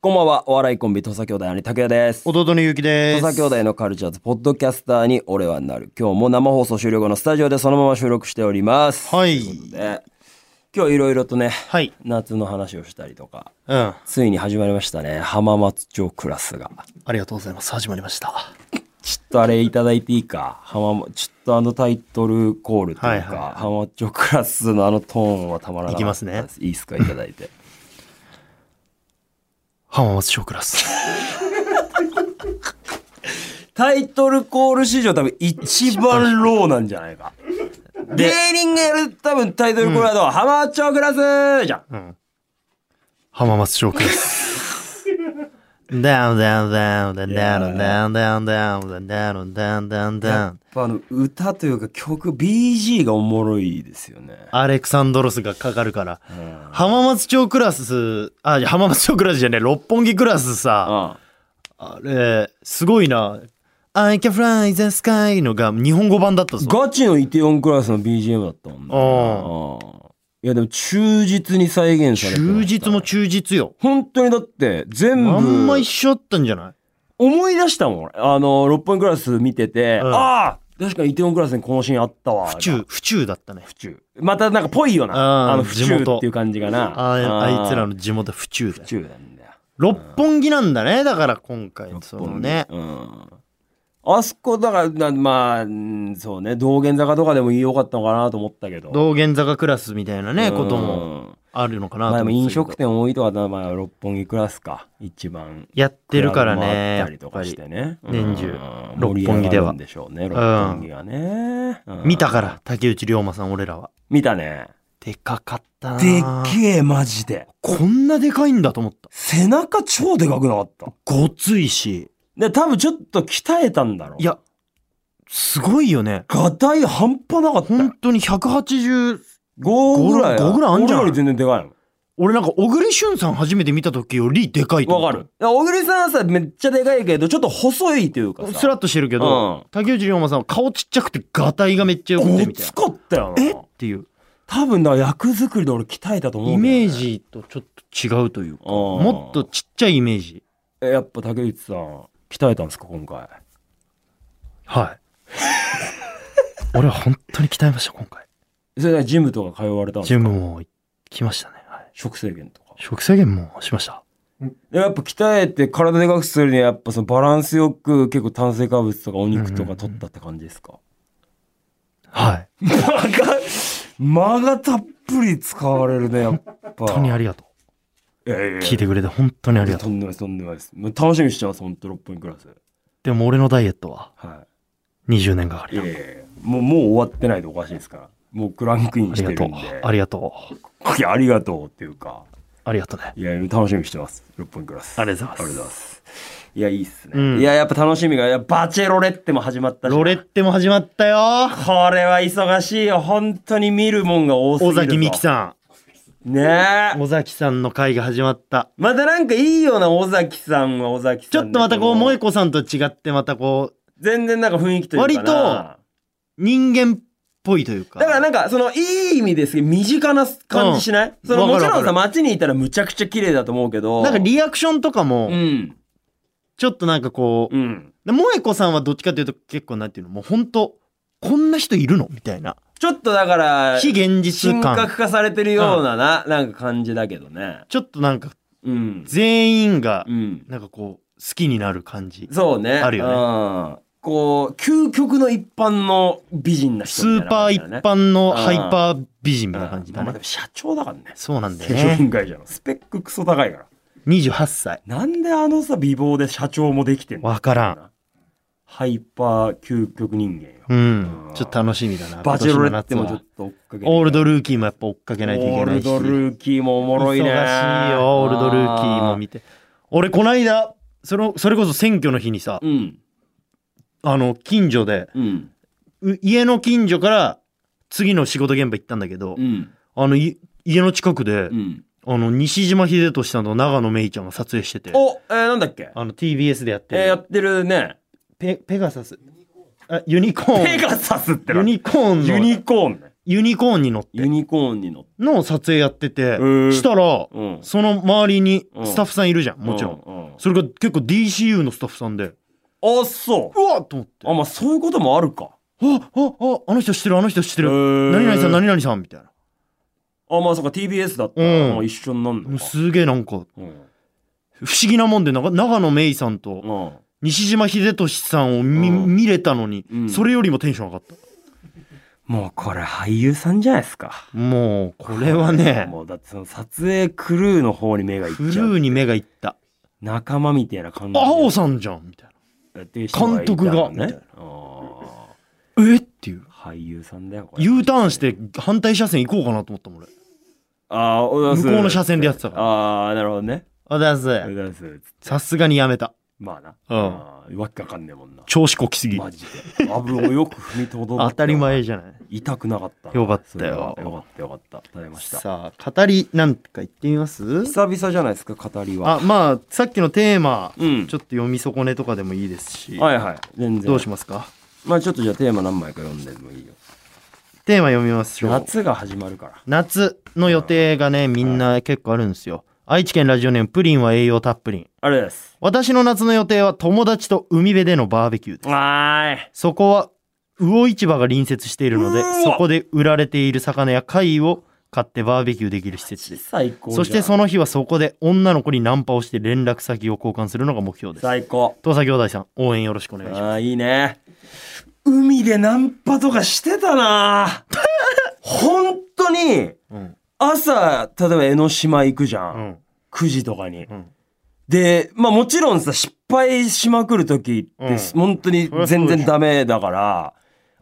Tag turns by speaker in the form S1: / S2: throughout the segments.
S1: こんばんは、お笑いコンビ、土佐兄弟の拓也です。土
S2: 弟のゆうきです。
S1: 佐兄弟のカルチャーズ、ポッドキャスターに俺はなる。今日も生放送終了後のスタジオでそのまま収録しております。
S2: はい
S1: とうことで今日いろいろとね、
S2: はい。
S1: 夏の話をしたりとか、
S2: うん。あ
S1: ついに始まりましたね、浜松町クラスが。
S2: りがとうございます。始まりました。は
S1: ちょっとあれいただいていいか。浜松、ちょっとあのタイトルコールというか、
S2: はいはいはい
S1: 浜松町クラスのあのトーンはたまらない。
S2: いきますね。
S1: いいっすか、いただいて。
S2: 浜松町クラス。
S1: タイトルコール史上多分一番ローなんじゃないか。芸人がやる多分タイトルコールだと、浜松町クラスじゃん。
S2: うん。浜松町クラス。ダウンダウンダウンダウンダウンダウンダウンダウンダウンダウンダウンダウン。
S1: あの歌というか曲 BG がおもろいですよね。
S2: アレクサンドロスがかかるから。浜松町クラス、あ、いや浜松町クラスじゃねえ、六本木クラスさ、
S1: あ
S2: あれ、すごいな。I can fly the sky のが日本語版だったぞ。
S1: ガチのイテオンクラスの BGM だったもんね。
S2: あ
S1: あいやでも忠実に再現されてま
S2: 忠
S1: した
S2: 実も忠実よ。
S1: 本当にだって全
S2: あんま
S1: 部
S2: 一緒だったんじゃない
S1: 思い出したもん俺あの六本木クラス見てて、
S2: うん
S1: ああ確かにイテオンクラスにこのシーンあったわ
S2: 府中、府中だったね。
S1: 府中またなんかぽいよな
S2: あー
S1: あの府中
S2: 地元
S1: っていう感じがな
S2: ああいつら
S1: の
S2: の地元府中だ
S1: 府中なんだよ
S2: 六本木なんだねだから今回そのね
S1: うんあそこだからなまあうんそうね道玄坂とかでもよかったのかなと思ったけど
S2: 道玄坂クラスみたいなね
S1: うん
S2: こともあるのかな
S1: まあで
S2: と
S1: も
S2: 思っ
S1: 飲
S2: てたけど
S1: 食店多いとはまあ六本木クラスか一番
S2: やってるから
S1: ク
S2: ね
S1: ラ
S2: や
S1: ブもあった
S2: っ
S1: りと
S2: ぱ
S1: かし
S2: り
S1: てね
S2: 年中
S1: うん
S2: 六本木
S1: 盛り上
S2: では
S1: がるんでしょうね六本木がねうん
S2: 見たから竹内涼真さん俺らは
S1: 見たね
S2: でかかったな
S1: でっけえマジで
S2: こんなでかいんだと思った
S1: 背中超でかくなかった
S2: ごついし
S1: で、多分ちょっと鍛えたんだろう。
S2: い、やすごいよね
S1: ガタイ半端なかったよ。
S2: 本当に180
S1: 5ぐらい。
S2: 5ぐらいあんじゃん
S1: 俺より全然でかい
S2: 俺なんか小栗旬さん初めて見た時よりでかいと
S1: の。
S2: 思
S1: わ
S2: っ
S1: か
S2: た
S1: る。だから小栗さんはさ、めっちゃでかいけど、ちょっと細いというかさ。
S2: スラッとしてるけど、
S1: うん
S2: 竹内涼真さんは顔ちっちゃくてガタイがめっちゃ良くて
S1: ご
S2: みたいな
S1: つかったよな。
S2: えっていう
S1: 多分だから役作りで俺鍛えたと思う、
S2: イメー。ジとちょっと違うというかも
S1: も
S2: っと。ちっちゃいイメージ
S1: えやっぱ竹内さん、鍛えたんですか、今回。
S2: はい俺は本当に鍛えました今回
S1: それでジムとか通われたんです
S2: ジ
S1: か
S2: ムも来ましたね、はい、
S1: 食制限とか。
S2: 食制限もしました
S1: でやっぱ鍛えて体でかくするには、やっぱそのバランスよく結構炭水化物とかお肉とか取ったって感じですか、
S2: はい
S1: 間が、間がたっぷり使われるね、やっぱ。
S2: 本当にありがと
S1: いやいやいうや
S2: 聞いてくれて本当にありがと
S1: と
S2: うん
S1: でもないです、とんでもないです。もう楽しみにしてます、本当六本木クラス。
S2: でも俺のダイエットは
S1: は
S2: 20年がか
S1: い。
S2: り
S1: い
S2: だ
S1: やいやいやもう、もう終わってないとおかしいですから。もうクランクイン
S2: あ
S1: し
S2: り
S1: て
S2: が
S1: る
S2: と
S1: ん
S2: う
S1: で。
S2: ありがとう
S1: いやありがとうっていうか。
S2: ありがとうね
S1: いや、楽しみにしてます、六本木クラス。
S2: ありがとうございます
S1: ありがとうございます。いや、いいっすね。
S2: うん
S1: いや、やっぱ楽しみが、いやバチェロレッテも始まったしな。
S2: ロレッテも始まったよ
S1: これは忙しいよ。本当に見るもんが多すぎ
S2: 尾
S1: るぞ。
S2: 崎美紀さ
S1: ん。ねえ
S2: ん。尾崎さんの会が始まった
S1: またなんかいいような尾崎さんは尾崎
S2: ち
S1: さ
S2: ょ
S1: んだ
S2: っ
S1: けど
S2: とまたこう萌子さんと違ってまたこう
S1: 全然なんか雰囲気というかな
S2: 割と人間っぽいというか
S1: だからなんかそのいい意味ですけど身近な感じしない、その
S2: わ
S1: も
S2: か
S1: ち
S2: るわか
S1: ろん
S2: る
S1: さ街にいたらむちゃくちゃ綺麗だと思うけど
S2: なんかリアクションとか
S1: う
S2: も、
S1: ん
S2: ちょっとなんかこう、
S1: うん
S2: で萌子さんはどっちかというと結構なんていうの、もう本当こんな人いるのみたいな。
S1: ちょっとだから
S2: 非現実
S1: 神
S2: 感。
S1: 格化されてるようなな,、なんか感じだけどね
S2: ちょっとなんか
S1: うん
S2: 全員が
S1: う、ん
S2: なんかこう、好きになる感じ。
S1: そうね
S2: あるよね
S1: ね、うん、こう究極の一般の美人な人
S2: ス
S1: みた
S2: ー
S1: いな
S2: パ
S1: 感じ
S2: ー
S1: だね
S2: 一般のハイパー美人みたいな感じ
S1: う
S2: だ
S1: んまあまあで
S2: ね。
S1: も社長だからね
S2: そうなんだよ
S1: 正 常
S2: ね。
S1: 分解じゃんスペッククソ高いから
S2: 28歳。
S1: なんであのさ美貌で社長もできてんの
S2: わからん。
S1: ハイパー究極人間よ
S2: うん
S1: うん。
S2: ちょっと楽しみだな。
S1: バチェロレッテ
S2: 今
S1: も
S2: 年
S1: ちょっと
S2: の夏
S1: 追っかけて
S2: はオールドルーキーもやっぱ追っかけないとい
S1: オ
S2: け
S1: ー
S2: ない
S1: ル
S2: し。
S1: ドルーキーもおもろいね
S2: 忙しいよオールドルーキーも見て俺この間そのそれこそ選挙の日にさ
S1: あーうん
S2: あの近所で
S1: うん
S2: う家の近所から次の仕事現場行ったんだけど、
S1: うん
S2: あのい家の近くで、
S1: うん
S2: あの西島秀俊さんと長野めいちゃんが撮影してて
S1: おえーなんだっけ
S2: あの TBS でやって
S1: え
S2: る、
S1: ーやってるね
S2: ペペガサスあユニコーン
S1: ペガサスってな
S2: ユニコーンの
S1: ユニコーンね
S2: ユニコーンに乗っ
S1: ユ
S2: て、
S1: ニコーンに乗って。
S2: の撮影やってて、
S1: ー
S2: したら、
S1: うん
S2: その周りに
S1: うん
S2: スタッフさんいるじゃん、もちろん。
S1: ん。
S2: それが結構 DCU のスタッフさんで、
S1: うんあ、そう
S2: わっと思って、
S1: う。あ、まあ、そういうこともあるか。
S2: あ、あ、あ、あの人知ってる、あの人知ってる、
S1: 何
S2: 何々さん、何々さん、みたいな。
S1: あ、まあ、そうか、TBS だったら、
S2: うん
S1: まあ一緒になる
S2: もう
S1: のか。
S2: すげえなんか、
S1: うん。
S2: 不思議なもんで、なんか長野芽衣さんと
S1: うん
S2: 西島秀俊さんを見,、
S1: うん
S2: 見れたのに、
S1: うん
S2: それよりもテンション上がった。
S1: もうこれ俳優さんじゃないですか。
S2: もう、これはね、
S1: もうだってその撮影クルーの方に目がいっ
S2: フル
S1: ちゃう。
S2: ーに目がいった。
S1: 仲間みたいな感じで。
S2: 青さんじゃんみたい
S1: っていう人いたの
S2: 監督がみたい
S1: ね
S2: な。
S1: あ
S2: な。えっていう。
S1: ー俳優さんだよ、これ。
S2: U ターンして反対車線行こうかなと思ったもん俺。
S1: あーおだす
S2: 向こうの車線でやってたから。
S1: ああ、なるほどね。
S2: あだす
S1: おだす
S2: さすがにやめた。
S1: まあな。
S2: うん
S1: あーわけわかんねえもんな。
S2: 調子こきすぎ。
S1: マジで。危をよく踏みとどまった
S2: 当たり。前じゃない。
S1: 痛くなかったな。
S2: よかったよ
S1: それはよかったよかった。食べました。
S2: さあ、語りなんか言ってみます
S1: 久々じゃないですか、語りは。
S2: あ、まあ、さっきのテーマ、ち
S1: う
S2: ょ
S1: ん
S2: っと読み損ねとかでもいいですし、
S1: はいはい。全然。
S2: どうしますか
S1: まあちょっとじゃあテーマ何枚か読んでもいいよ。
S2: テーマ読みましょう。
S1: 夏が始まるから。
S2: 夏の予定がね、みんな結構あるんですよ。愛知県ラジオネームプリンは栄養たっぷりん。
S1: あれです。
S2: 私の夏の予定は友達と海辺でのバーベキューです。
S1: わーい。
S2: そこは魚市場が隣接しているので
S1: うわ
S2: そこで売られている魚や貝を買ってバーベキューできる施設です
S1: 最高じゃん
S2: そしてその日はそこで女の子にナンパをして連絡先を交換するのが目標です
S1: 最高。
S2: 土佐兄弟さん応援よろしくお願いします
S1: ああ、いいね。海でナンパとかしてたな 本当に、
S2: うん
S1: 朝、例えば江ノ島行くじゃ。
S2: うんん
S1: 9時とかに。
S2: うん
S1: で、まあもちろんさ、失敗しまくる時って、
S2: うん
S1: 本当に全然ダメだから、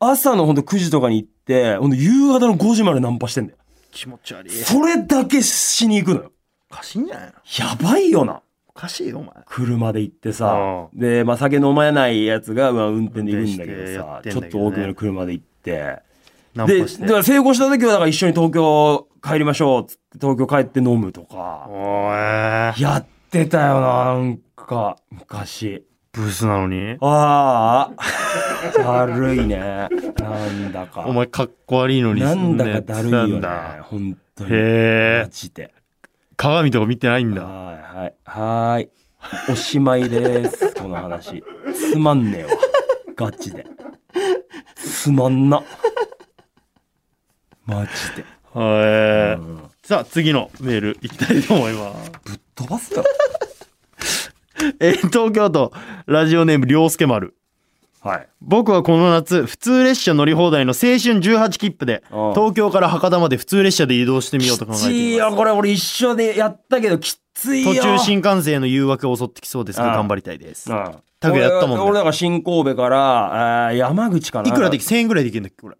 S1: 朝のほんと9時とかに行って、ほんと夕方の5時までナンパしてんだよ。
S2: 気持ち悪い
S1: それだけしに行くのよ。
S2: おかしいんじゃないの
S1: やばいよな。
S2: おかしいよお前
S1: 車で行ってさ、で、まあ、酒飲まないやつが、まあ、運転で行くんだけどさ、
S2: 運転してやってんだけどね
S1: ちょっと大きめの車で行って、
S2: ナン
S1: で、
S2: パして
S1: だから成功した時は、だから一緒に東京帰りましょう、つって東京帰って飲むとか、
S2: おーえー
S1: やってたよな、なんか、昔。
S2: ブースなのに
S1: ああ、だるいね。なんだか。
S2: お前かっこ悪いのに
S1: なんだかだるいよ
S2: そ
S1: ね
S2: んなやつなん。だ
S1: 本当に。
S2: へ
S1: マ
S2: え
S1: ジで。
S2: 鏡とか見てないんだ
S1: はいはい。はーい。 おしまいです。この話。つまんねえわ。ガチで。つまんな。マジで。
S2: へえ
S1: うん
S2: さあ次のメールいきたいと思います
S1: 飛ばすよ。
S2: えー東京都ラジオネーム涼介丸
S1: はい。
S2: 僕はこの夏普通列車乗り放題の青春18切符で
S1: ああ
S2: 東京から博多まで普通列車で移動してみようと考
S1: き
S2: え
S1: つ
S2: て
S1: い
S2: いま
S1: よ。
S2: す
S1: これ俺一緒でやったけどきついよ。
S2: 途中新幹線への誘惑が襲ってきそうですが
S1: ああ
S2: 頑張りたいです
S1: うん。
S2: 拓也やったもんね
S1: 俺俺だから新神戸から、えー山口かな。
S2: いくらでき1000円ぐらいできるんだっけこれ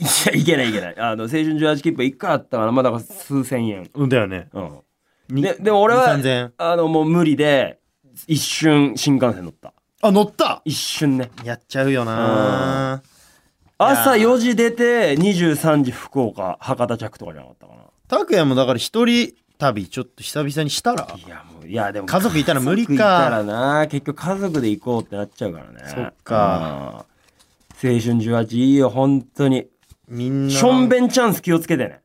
S1: いや、いけないいけない。あの、青春18切符いくらあったかな。まあだから数千円。
S2: うんだよね
S1: うん。
S2: に
S1: ででも俺は
S2: 2 3000円
S1: あの、もう無理で、一瞬新幹線乗った。
S2: あ乗った
S1: 一瞬ね。
S2: やっちゃうよな
S1: 朝
S2: いやー
S1: 4時出て、23時福岡、博多着とかじゃなかったかな。
S2: 拓也もだから一人旅ちょっと久々にしたら
S1: いや、もう、いや、でも。
S2: 家族いたら無理か
S1: 家族いたらな、結局家族で行こうってなっちゃうからね。
S2: そっか
S1: うん。青春18いいよ、本当に。
S2: みんな
S1: しょんべんチャンス気をつけてね。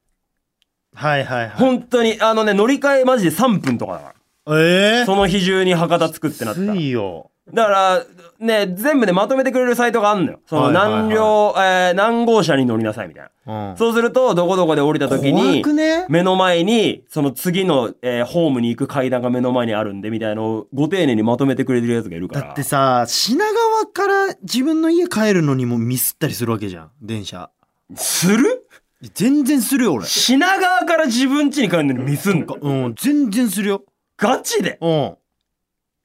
S2: はいはいはい
S1: 本当に、あのね、乗り換えマジで3分とかだから。
S2: ええ
S1: その日中に博多着くってなったら
S2: つ。いよ
S1: だから、ね、全部ね、まとめてくれるサイトがあんのよ。その、
S2: はいはいはい
S1: 何両、えー何号車に乗りなさいみたいな。
S2: うん
S1: そうすると、どこどこで降りた時
S2: 怖
S1: に
S2: く、ね
S1: 目の前に、その次の、えーホームに行く階段が目の前にあるんで、みたいなのをご丁寧にまとめてくれてるやつがいるか
S2: だ
S1: ら。
S2: ってさ品川から自分の家帰るのにもミスったりするわけじゃん電車
S1: する
S2: 全然するよ俺
S1: 品川から自分家に帰るのにミスんの
S2: うん全然するよ
S1: ガチで
S2: うん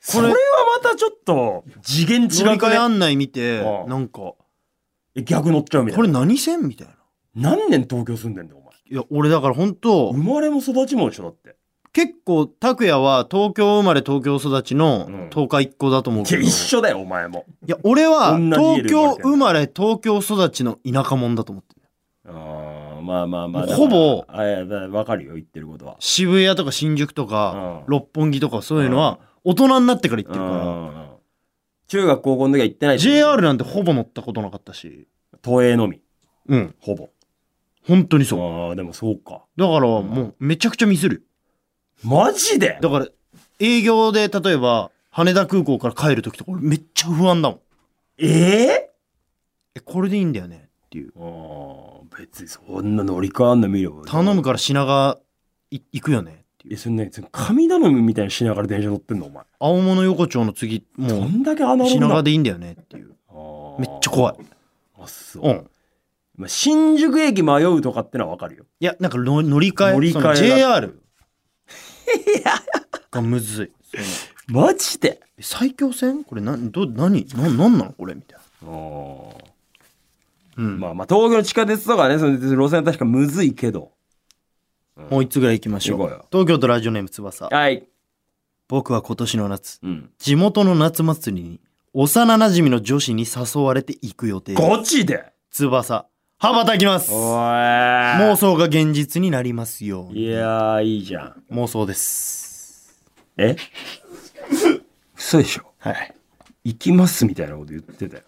S1: それはまたちょっと、次元
S2: 乗
S1: 違
S2: り
S1: く
S2: 換え
S1: ね
S2: 案内見て
S1: うん
S2: なんかこ
S1: え逆乗っちゃうみたい
S2: れ
S1: な。
S2: 何線みたいな
S1: 何年東京住んでんだよ、お
S2: いや俺だから本当
S1: 前。生まれも育ちも一緒だって。
S2: 結構拓也は東京生まれ東京育ち
S1: う
S2: の
S1: ん
S2: 東海一行だと思う
S1: い
S2: け
S1: や、
S2: ど、
S1: 一
S2: い
S1: 緒だよ、お前も。
S2: や俺は
S1: 同じ家
S2: 東
S1: で生まれて
S2: 京
S1: る
S2: 生まれ東京育ちの田舎者だと思ってる
S1: あーまあまあまあ。
S2: もうほぼ
S1: だからあいやだからわかるよ、言ってることは。
S2: 渋谷とか新宿とか、
S1: うん
S2: 六本木とかそういうのは大人になってから行ってるか
S1: う
S2: ら、
S1: ん中学高校の時は行ってないし
S2: JR なんてほぼ乗ったことなかったし。
S1: 都営のみ
S2: うん。
S1: ほぼ
S2: 本当にそう。
S1: ああ、でもそうか。
S2: だからもうめちゃくちゃミスる。
S1: マジで
S2: だから営業で例えば羽田空港から帰る時とか俺めっちゃ不安だもん。
S1: ええ
S2: え、これでいいんだよねっていう。
S1: ああ、別にそんな乗り換わんの見れば。
S2: 頼むから品川い行くよねってい
S1: え、
S2: う。
S1: そんな、その神頼みみたいにしながら電車乗ってんの、お前。
S2: 青物横丁の次、
S1: ど
S2: も
S1: んだけアナログ
S2: う
S1: な
S2: 品川でいいんだよねっていう。めっちゃ怖い。
S1: あーあ、そう。
S2: うん。
S1: まあ、新宿駅迷うとかってのはわかるよ。
S2: いや、なんかの乗り換え。
S1: 乗り換え
S2: その
S1: が
S2: JR。がむずい。その
S1: マジで
S2: え最強戦これな、ど、何な、なんなのこれみたい
S1: ああ。
S2: な。うん。
S1: まあまあ、東京の地下鉄とかね、その路線は確かむずいけど。
S2: もう一つぐらい行きましょう。
S1: 行こうよ
S2: 東京都ラジオネーム翼。
S1: はい。
S2: 僕は今年の夏、
S1: うん。
S2: 地元の夏祭りに、幼馴染の女子に誘われて行く予定。
S1: ガチで
S2: 翼。羽ばたきます妄
S1: 妄
S2: 想が現実になりますように。
S1: いやー、いいじゃん。
S2: 妄想です。
S1: え嘘でしょ
S2: はい。
S1: 行きますみたいなこと言ってたよ。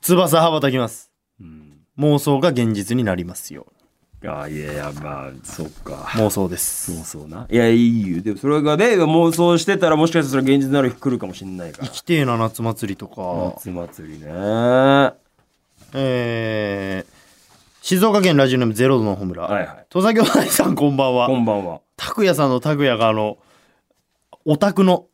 S2: 翼羽ばたきます。
S1: うん。
S2: 妄想が現実になりますよ
S1: あーいやいや、まあ、そっか
S2: う。に。妄想で
S1: 妄
S2: す。
S1: 想な。いや、いいよ。でも、それがね、妄想してたら、もしかしたらそれ現実になる日来るかもしんないから
S2: 行。きてえな夏祭りとか。
S1: 夏祭りね。は
S2: えー、静岡県ラジオネームゼロ度のホムラ。
S1: いはい。
S2: 土佐兄弟さんこんばんは。
S1: こんばんは。
S2: 拓也さんの拓也があのオタクの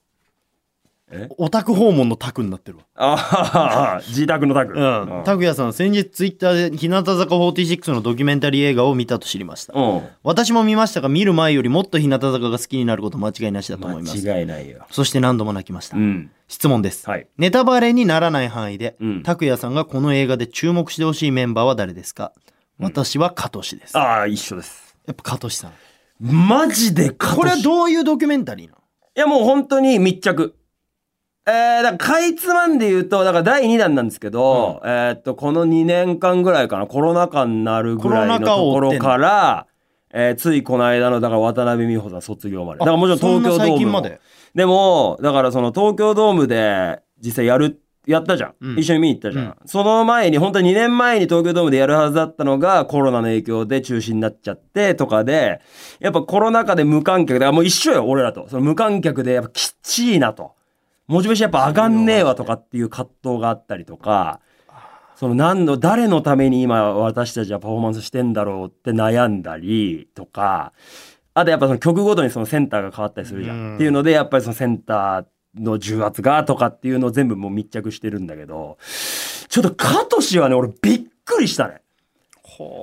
S1: え
S2: オタク訪問の拓になってるわ
S1: あははは自宅のタグ。
S2: うん拓也さんは先日ツイッターで日向坂46のドキュメンタリー映画を見たと知りました
S1: うん。
S2: 私も見ましたが見る前よりもっと日向坂が好きになること間違いなしだと思います
S1: 間違いないよ。
S2: そして何度も泣きました、
S1: うん。
S2: 質問です、
S1: はい。
S2: ネタバレにならない範囲で、
S1: うん
S2: 拓也さんがこの映画で注目してほしいメンバーは誰ですか私は加藤氏です、や
S1: ああ、一緒です。
S2: っぱ加藤氏さん
S1: マジでか
S2: これはどういうドキュメンタリーなの
S1: いや、もう本当に密着。えー、だからかいつまんで言うと、だから第2弾なんですけど、えーっと、この2年間ぐらいかな、コロナ禍になるぐらいのところから、えーついこの間の、だから渡辺美穂さん卒業まで。だからもちろん東京ド
S2: そな最
S1: ーム
S2: 近ま
S1: も。
S2: で
S1: でも、だからその東京ドームで実際やる、やったじゃん。
S2: うん
S1: 一緒に見に行ったじゃん。
S2: うん
S1: その前に、本当に2年前に東京ドームでやるはずだったのがコロナの影響で中止になっちゃってとかで、やっぱコロナ禍で無観客で、あもう一緒よ、俺らと。その無観客でやっぱきっちいなと。モチベーションやっぱ上がんねえわとかっていう葛藤があったりとか、その何の、誰のために今私たちはパフォーマンスしてんだろうって悩んだりとか、あとやっぱその曲ごとにそのセンターが変わったりするじゃ
S2: うん
S1: ん。っていうので、やっぱりそのセンターの重圧がとかっていうのを全部もう密着してるんだけど、ちょっとカトシはね、俺びっくりしたね。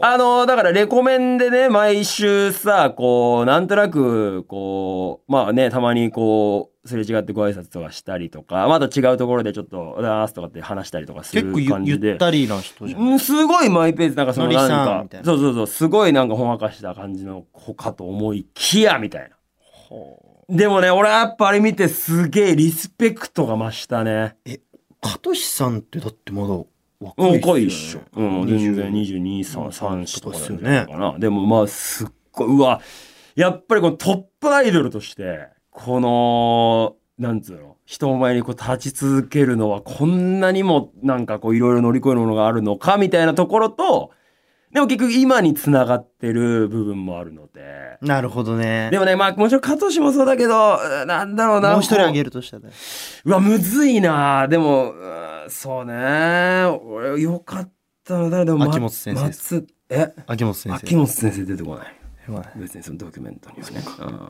S1: あの、だからレコメンでね、毎週さ、こう、なんとなく、こう、まあね、たまにこう、すれ違ってご挨拶とかしたりとか、また違うところでちょっと、おはようございますとかって話したりとかする
S2: 結構ゆ
S1: 感じで。
S2: ゆったりな人じゃん
S1: うん、すごいマイペース、なんかその
S2: のり
S1: な
S2: さん
S1: ん
S2: みたい
S1: か、そ
S2: な
S1: うそうそう、すごいなんかほんわかした感じの子かと思いきや、みたいな。でもね、俺はやっぱあれ見てすげえリスペクトが増したね。
S2: 加藤さんってだってまだ若
S1: うん、
S2: い
S1: 濃いっ
S2: っ
S1: し
S2: す
S1: ょ
S2: よね。
S1: うん、全然
S2: 20
S1: 22、3、3とかなんじゃない
S2: と
S1: かな。でもまあ、すっごい、うわ、やっぱりこのトップアイドルとして、この、なんつうの、人前にこう立ち続けるのは、こんなにもなんかこういろいろ乗り越えるものがあるのか、みたいなところと、でも結局今につながってる部分もあるので、
S2: なるほどね
S1: でもね、まあもちろん加藤氏もそうだけど、うんなんだろうな。
S2: もう一
S1: こ
S2: 人
S1: う
S2: あげるとしたら
S1: うわ、むずいなでも、うんそうね俺、よかったな。誰でも、ま
S2: 秋元先生です
S1: 松え
S2: 秋元先
S1: 秋
S2: 生
S1: 元先生出てこない。別にそのドキュメントにはね。うん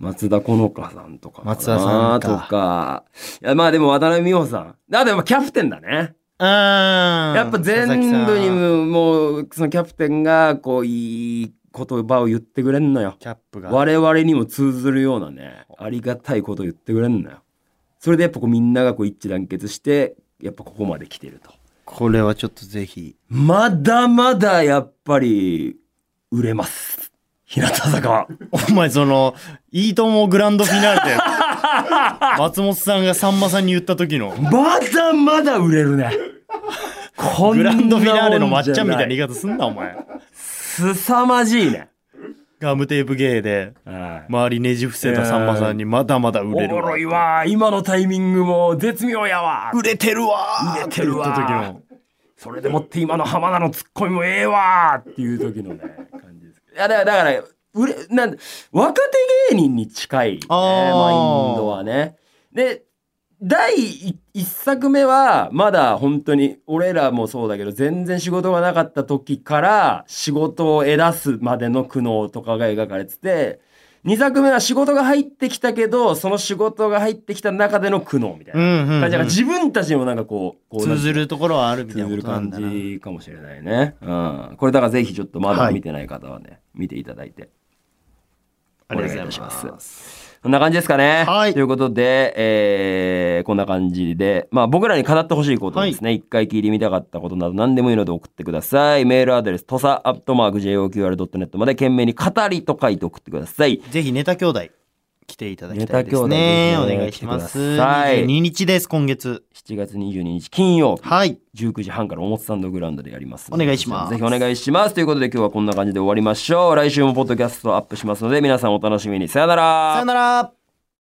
S1: 松田好花さんとかかな。
S2: 松田さんか
S1: とか。いや、まあでも渡辺美穂さん。あ、でもキャプテンだね。
S2: あー
S1: やっぱ全
S2: 佐
S1: 部
S2: 々木
S1: に
S2: さん
S1: も、もう、そのキャプテンが、こう、いい言葉を言ってくれんのよ。
S2: キャップが
S1: 我々にも通ずるようなね、ありがたいことを言ってくれんのよ。それでやっぱこうみんながこう一致団結して、やっぱここまで来てると。
S2: これはちょっとぜひ
S1: まだまだやっぱり、売れます。日向坂は。
S2: お前その「いいともグランドフィナーレ」で 松本さんがさんまさんに言った時の
S1: まだまだ売れるね。こん
S2: グ
S1: な
S2: ラ
S1: もん
S2: ン
S1: じゃな
S2: ド
S1: い
S2: フィナーレのまっちゃんみたいな言い方すんなお前
S1: すさまじいね。
S2: ガムテープゲーで周りねじ伏せたさんまさんにまだまだ
S1: お
S2: 売れる
S1: もろいわ。今のタイミングも絶妙やわ。
S2: 売れてるわ
S1: 売れてるわ
S2: って言った時の
S1: それでもって今の浜田のツッコミもええわーっていう時のね、感いや、だから、だから、売れ、なん、若手芸人に近い、ね、
S2: あ
S1: マイ
S2: ー
S1: ンドはね。で、第一一作目は、まだ本当に、俺らもそうだけど、全然仕事がなかった時から、仕事を得出すまでの苦悩とかが描かれてて、二作目は仕事が入ってきたけど、その仕事が入ってきた中での苦悩みたい
S2: うん
S1: な。
S2: うんう
S1: だから
S2: ん。
S1: 自分たちにもなんかこう、こうなん
S2: 通
S1: て
S2: ずるところはあるみたい
S1: 通
S2: な
S1: ずる
S2: ことなん
S1: 感
S2: だな。
S1: じかもしれないね。うん。これだからぜひちょっとまだ見てない方はね、見ていただいて。
S2: ありがとうございます
S1: お願いいたします。そんな感じですかね。
S2: はい
S1: ということで、えーこんな感じで、まあ僕らに語ってほしいことですね。一、回聞いてみたかったことなど何でもいいので送ってください。メールアドレス、とさ、アットマーク、joqr.net まで懸命に語りと書いて送ってください。
S2: ぜひネタ兄弟来ていただきた
S1: ネ
S2: いで
S1: タ兄
S2: す
S1: 弟
S2: ね。
S1: ぜ
S2: お
S1: ひね
S2: 願いします。
S1: 来てください
S2: 22日です、今月。
S1: 7月22日金曜日。
S2: はい。
S1: 19時半からおもつサンドグラウンドでやりますので
S2: お願いします
S1: ぜひお願いしますということで今日はこんな感じで終わりましょう来週もポッドキャストアップしますので皆さんお楽しみにさよなら
S2: さよなら。